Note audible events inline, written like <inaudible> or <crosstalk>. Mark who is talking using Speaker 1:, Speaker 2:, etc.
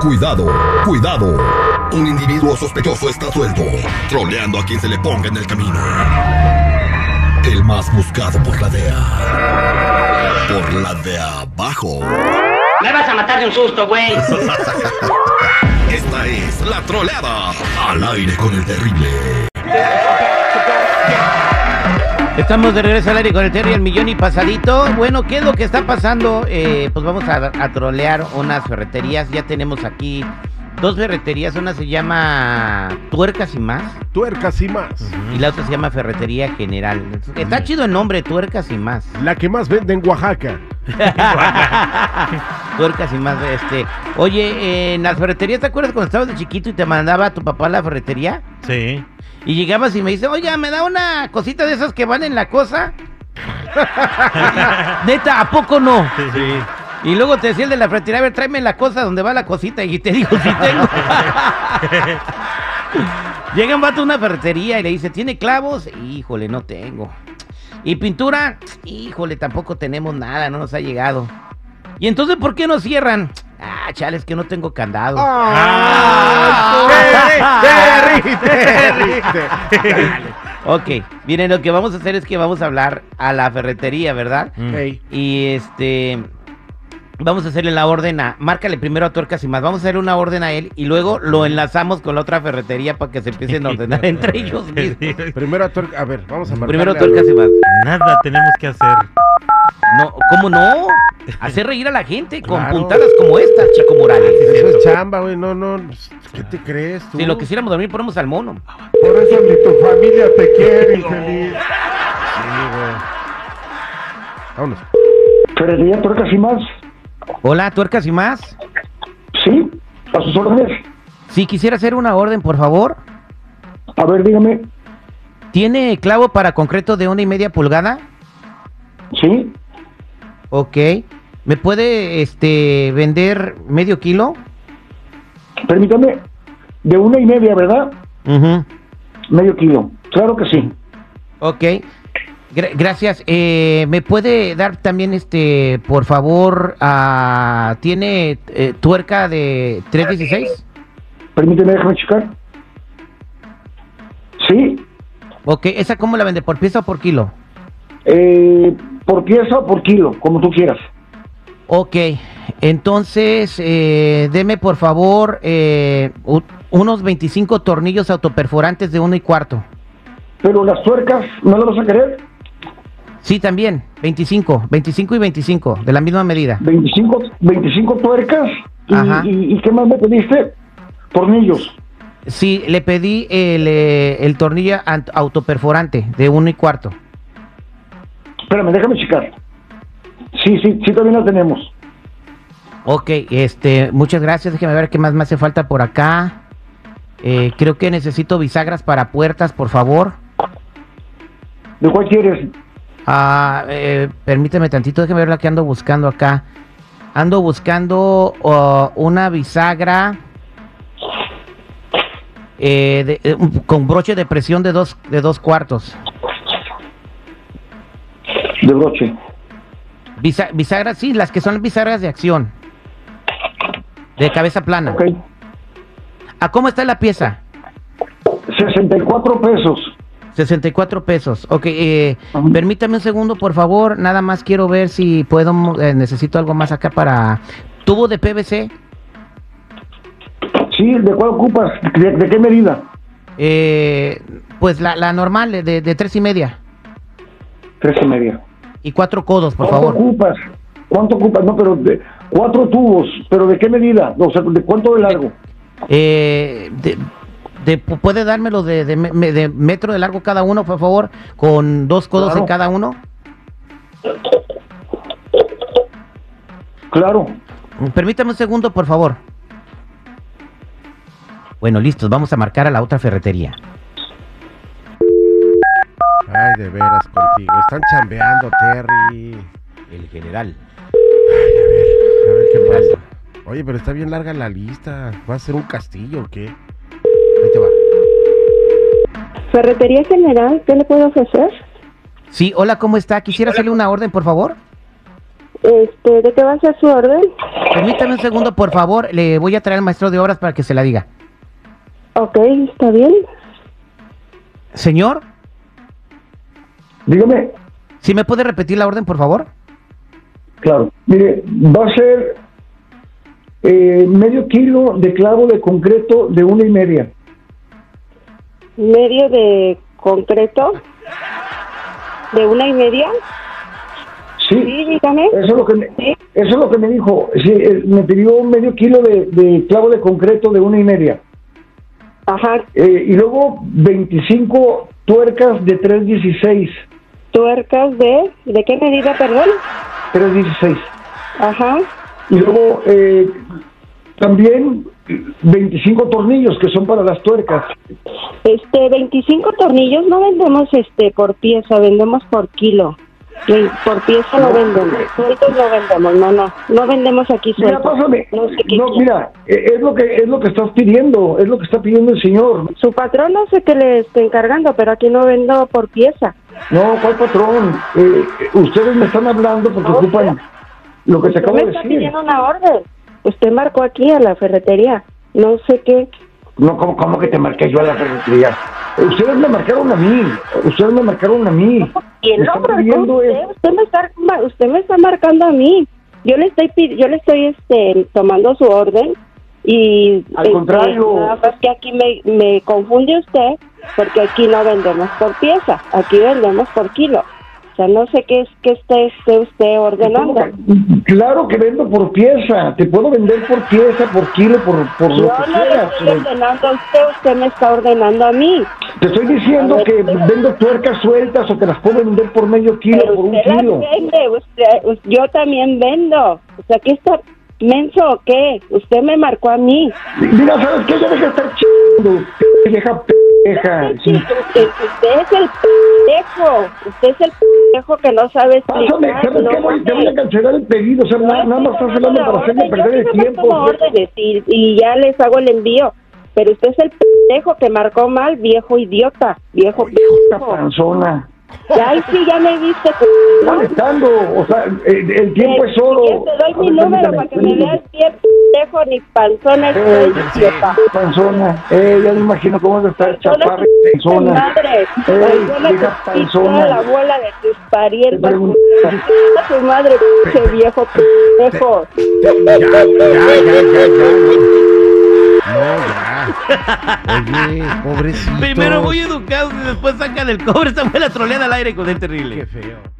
Speaker 1: Cuidado, cuidado. Un individuo sospechoso está suelto, troleando a quien se le ponga en el camino. El más buscado por la DEA. Por la de abajo.
Speaker 2: Me vas a matar de un susto, güey.
Speaker 1: Esta es la troleada. Al aire con el terrible.
Speaker 3: Estamos de regreso al aire con el Terry, el millón y pasadito. Bueno, ¿qué es lo que está pasando? Eh, pues vamos a, a trolear unas ferreterías. Ya tenemos aquí dos ferreterías. Una se llama Tuercas y más.
Speaker 4: Tuercas y más.
Speaker 3: Y la otra se llama Ferretería General. Está chido el nombre, Tuercas y más.
Speaker 4: La que más vende en Oaxaca.
Speaker 3: Tuercas y más. Este. Oye, eh, en las ferreterías, ¿te acuerdas cuando estabas de chiquito y te mandaba tu papá a la ferretería?
Speaker 5: Sí.
Speaker 3: Y llegabas y me dice, oiga, ¿me da una cosita de esas que van en la cosa? <laughs> Neta, ¿a poco no?
Speaker 5: Sí, sí.
Speaker 3: Y luego te decía el de la ferretería, a ver, tráeme la cosa donde va la cosita. Y te digo, sí tengo. Llega un vato a una ferretería y le dice, ¿tiene clavos? Híjole, no tengo. ¿Y pintura? Híjole, tampoco tenemos nada, no nos ha llegado. ¿Y entonces por qué no cierran? Ah, chales, que no tengo candado.
Speaker 4: Ah.
Speaker 3: <laughs>
Speaker 4: ¡Ay, Terry, Terry, Terry!
Speaker 3: Ok, miren, lo que vamos a hacer es que vamos a hablar a la ferretería, ¿verdad?
Speaker 5: Mm.
Speaker 4: Ey,
Speaker 3: Y este. Vamos a hacerle la orden a. Márcale primero a Tuercas y más. Vamos a hacerle una orden a él y luego lo enlazamos con la otra ferretería para que se empiecen a
Speaker 4: <laughs>
Speaker 3: ordenar entre ellos mismos.
Speaker 4: Primero a Tuercas. A ver, vamos a marcar.
Speaker 3: Primero Tuercas y más.
Speaker 5: <laughs> Nada tenemos que hacer.
Speaker 3: No, ¿cómo no? Hacer reír a la gente con
Speaker 4: Claro.
Speaker 3: puntadas como esta, Chico Morales.
Speaker 4: Eso es chamba, güey. No, no. ¿Qué te crees tú?
Speaker 3: Si lo quisiéramos dormir, ponemos al mono.
Speaker 6: Por eso ni tu familia te quiere, infeliz.
Speaker 4: Vámonos.
Speaker 6: Ferrería Tuercas y más.
Speaker 3: Hola, Tuercas y más.
Speaker 6: Sí, a sus órdenes.
Speaker 3: Si quisiera hacer una orden, por favor.
Speaker 6: A ver, dígame.
Speaker 3: ¿Tiene clavo para concreto de una y media pulgada?
Speaker 6: Sí,
Speaker 3: Ok. ¿Me puede este vender medio kilo?
Speaker 6: permítame. De una y media, ¿verdad?
Speaker 3: Ujú.
Speaker 6: Medio kilo. Claro que sí.
Speaker 3: Ok. Gra- gracias. Eh, ¿Me puede dar también este, por favor, ah, tiene eh, tuerca de 316?
Speaker 6: Permíteme, déjame checar. Sí,
Speaker 3: Ok, ¿esa cómo la vende? ¿Por pieza o por kilo?
Speaker 6: eh, por pieza o por kilo, como tú quieras.
Speaker 3: Ok, entonces eh, deme por favor eh, u- unos 25 tornillos autoperforantes de uno y cuarto.
Speaker 6: Pero las tuercas, ¿no las vas a querer?
Speaker 3: Sí, también, 25, 25 y 25, de la misma medida.
Speaker 6: 25, 25 tuercas. Y,
Speaker 3: Ajá.
Speaker 6: y- y qué más me pediste? Tornillos.
Speaker 3: Sí, le pedí el, eh, el tornillo ant- autoperforante de uno y cuarto.
Speaker 6: Espérame, déjame checar. Sí, sí, sí, también las tenemos.
Speaker 3: Ok, este, muchas gracias. Déjeme ver qué más me hace falta por acá. Eh, creo que necesito bisagras para puertas, por favor.
Speaker 6: ¿De cuál quieres?
Speaker 3: Ah, eh, permíteme tantito, déjeme ver la que ando buscando acá. Ando buscando oh, una bisagra eh, de- eh, un- con broche de presión de dos, de dos cuartos.
Speaker 6: De broche.
Speaker 3: Bisa- bisagras, sí, las que son bisagras de acción. De cabeza plana.
Speaker 6: Ok.
Speaker 3: ¿A cómo está la pieza?
Speaker 6: 64 pesos.
Speaker 3: 64 pesos. Ok, eh,
Speaker 6: Ajá.
Speaker 3: permítame un segundo, por favor. Nada más quiero ver si puedo. mo- eh, necesito algo más acá para. Tubo de PVC.
Speaker 6: Sí, ¿de cuál ocupas? ¿De, de qué medida?
Speaker 3: eh, pues la, la normal, eh, de, de tres y media.
Speaker 6: Tres y media.
Speaker 3: Y cuatro codos, por
Speaker 6: ¿Cuánto
Speaker 3: favor.
Speaker 6: ocupas? ¿Cuánto ocupas? No, pero de cuatro tubos. ¿Pero de qué medida? O sea, ¿de cuánto de largo?
Speaker 3: Eh, de- de- pu- ¿Puede dármelo de, de me- me- de metro de largo cada uno, por favor? Con dos codos
Speaker 6: Claro.
Speaker 3: en cada uno.
Speaker 6: Claro.
Speaker 3: Permítame un segundo, por favor. Bueno, listos. Vamos a marcar a la otra ferretería.
Speaker 4: Ay, de veras contigo. Están chambeando, Terry.
Speaker 3: El general.
Speaker 4: Ay, a ver, a ver qué pasa. Oye, pero está bien larga la lista. ¿Va a ser un castillo o qué? Ahí te va.
Speaker 7: Ferretería General, ¿qué le puedo ofrecer?
Speaker 3: Sí, hola, ¿cómo está? Quisiera hacerle una orden, por favor.
Speaker 5: Este, ¿De qué va a ser su orden?
Speaker 3: Permítame un segundo, por favor. Le voy a traer al maestro de obras para que se la diga.
Speaker 5: Ok, está bien.
Speaker 3: Señor,
Speaker 6: Dígame,
Speaker 3: ¿si me puede repetir la orden, por favor?
Speaker 6: claro. Mire, va a ser eh, medio kilo de clavo de concreto de una y media.
Speaker 5: Medio de concreto. ¿De una y media?
Speaker 6: Sí.
Speaker 5: Sí, dígame.
Speaker 6: Eso es lo que me,
Speaker 5: Sí.
Speaker 6: eso es lo que me dijo. Sí, eh, me pidió medio kilo de, de clavo de concreto de una y media.
Speaker 5: Ajá,
Speaker 6: Eh, y luego 25 tuercas de 316.
Speaker 5: tuercas de... ¿De qué medida, perdón?
Speaker 6: 316.
Speaker 5: Ajá,
Speaker 6: Y luego eh, también 25 tornillos que son para las tuercas.
Speaker 5: Este, 25 tornillos no vendemos este por pieza, vendemos por kilo. Ve- Por pieza no vendemos, sueltos no vendemos, no, no, no vendemos aquí
Speaker 6: Mira,
Speaker 5: sueltos.
Speaker 6: pásame.
Speaker 5: No sé qué
Speaker 6: No,
Speaker 5: quiera.
Speaker 6: mira, eh, es lo que es lo que estás pidiendo, es lo que está pidiendo el señor.
Speaker 5: Su patrón no sé qué le esté encargando, pero aquí no vendo por pieza.
Speaker 6: No, ¿cuál patrón? Eh, ustedes me están hablando porque
Speaker 5: No,
Speaker 6: ocupan lo que se
Speaker 5: Usted
Speaker 6: acaba
Speaker 5: me
Speaker 6: de
Speaker 5: está
Speaker 6: decir.
Speaker 5: pidiendo una orden. Usted marcó aquí a la ferretería, no sé qué.
Speaker 6: No, ¿cómo, cómo que te marqué yo a la ferretería? Ustedes me marcaron a mí. Ustedes me marcaron a mí.
Speaker 5: Y el
Speaker 6: Me están
Speaker 5: otro,
Speaker 6: pidiendo
Speaker 5: usted,
Speaker 6: es-
Speaker 5: usted me está, ma- usted me está marcando a mí. Yo le estoy, pi- yo le estoy, este, tomando su orden y
Speaker 6: Al
Speaker 5: este,
Speaker 6: contrario.
Speaker 5: nada más que aquí me, me confunde usted porque aquí no vendemos por pieza, aquí vendemos por kilo. O sea, no sé qué es que esté, esté usted
Speaker 6: ¿Cómo
Speaker 5: ordenando.
Speaker 6: que- Claro que vendo por pieza. Te puedo vender por pieza, por kilo, por, por
Speaker 5: Yo
Speaker 6: lo que
Speaker 5: no le
Speaker 6: quieras.
Speaker 5: estoy
Speaker 6: pero
Speaker 5: ordenando a usted, usted me está ordenando a mí.
Speaker 6: Te estoy diciendo
Speaker 5: A ver,
Speaker 6: que
Speaker 5: espérame.
Speaker 6: vendo tuercas sueltas o te las puedo vender por medio kilo,
Speaker 5: Pero
Speaker 6: por un
Speaker 5: usted las
Speaker 6: kilo.
Speaker 5: vende, usted- yo también vendo. O sea, ¿qué está menso o qué? Usted me marcó a mí.
Speaker 6: Mira, ¿sabes qué? Ya deja de estar chingando. p- Vieja pendeja.
Speaker 5: Sí, usted usted es el pendejo. Usted es el pendejo que no sabe explicar.
Speaker 6: Pásame, ¿sabes
Speaker 5: no
Speaker 6: Ah, qué? Voy- te voy a
Speaker 5: sabe.
Speaker 6: cancelar el pedido. O sea,
Speaker 5: No
Speaker 6: nada, nada
Speaker 5: estoy
Speaker 6: más estás
Speaker 5: tomando
Speaker 6: hablando
Speaker 5: la
Speaker 6: para hacerme
Speaker 5: orden, yo
Speaker 6: perder
Speaker 5: sí
Speaker 6: el
Speaker 5: nomás
Speaker 6: tiempo.
Speaker 5: tomo órdenes y, y ya les hago el envío. Pero usted es el pendejo que marcó mal, viejo idiota, viejo
Speaker 6: Esta
Speaker 5: pendejo.
Speaker 6: panzona.
Speaker 5: Ya ahí sí ya me viste.
Speaker 6: molestando, o sea, el, el tiempo
Speaker 5: Eh,
Speaker 6: es oro.
Speaker 5: si quieres Te doy mi
Speaker 6: pues, A ver,
Speaker 5: número
Speaker 6: permítame.
Speaker 5: para que me veas bien pendejo ni panzona
Speaker 6: Eh,
Speaker 5: estoy idiota.
Speaker 6: Panzona, eh, ya me imagino cómo va a estar chaparra y
Speaker 5: Panzona,
Speaker 6: panzona.
Speaker 5: madre,
Speaker 6: Ey,
Speaker 5: panzona,
Speaker 6: vieja
Speaker 5: tu pito,
Speaker 6: panzona.
Speaker 5: la bola de tus
Speaker 6: Te
Speaker 5: parientes,
Speaker 6: pregunto-
Speaker 5: a tu madre, pinche viejo pendejo.
Speaker 4: Ya, ya, ya, ya, ya, ya.
Speaker 3: <laughs>
Speaker 4: No, ya. Oye, pobrecito.
Speaker 3: Primero muy educado y después saca del cobre. Esta fue la troleada al aire con el terrible.
Speaker 4: Qué feo.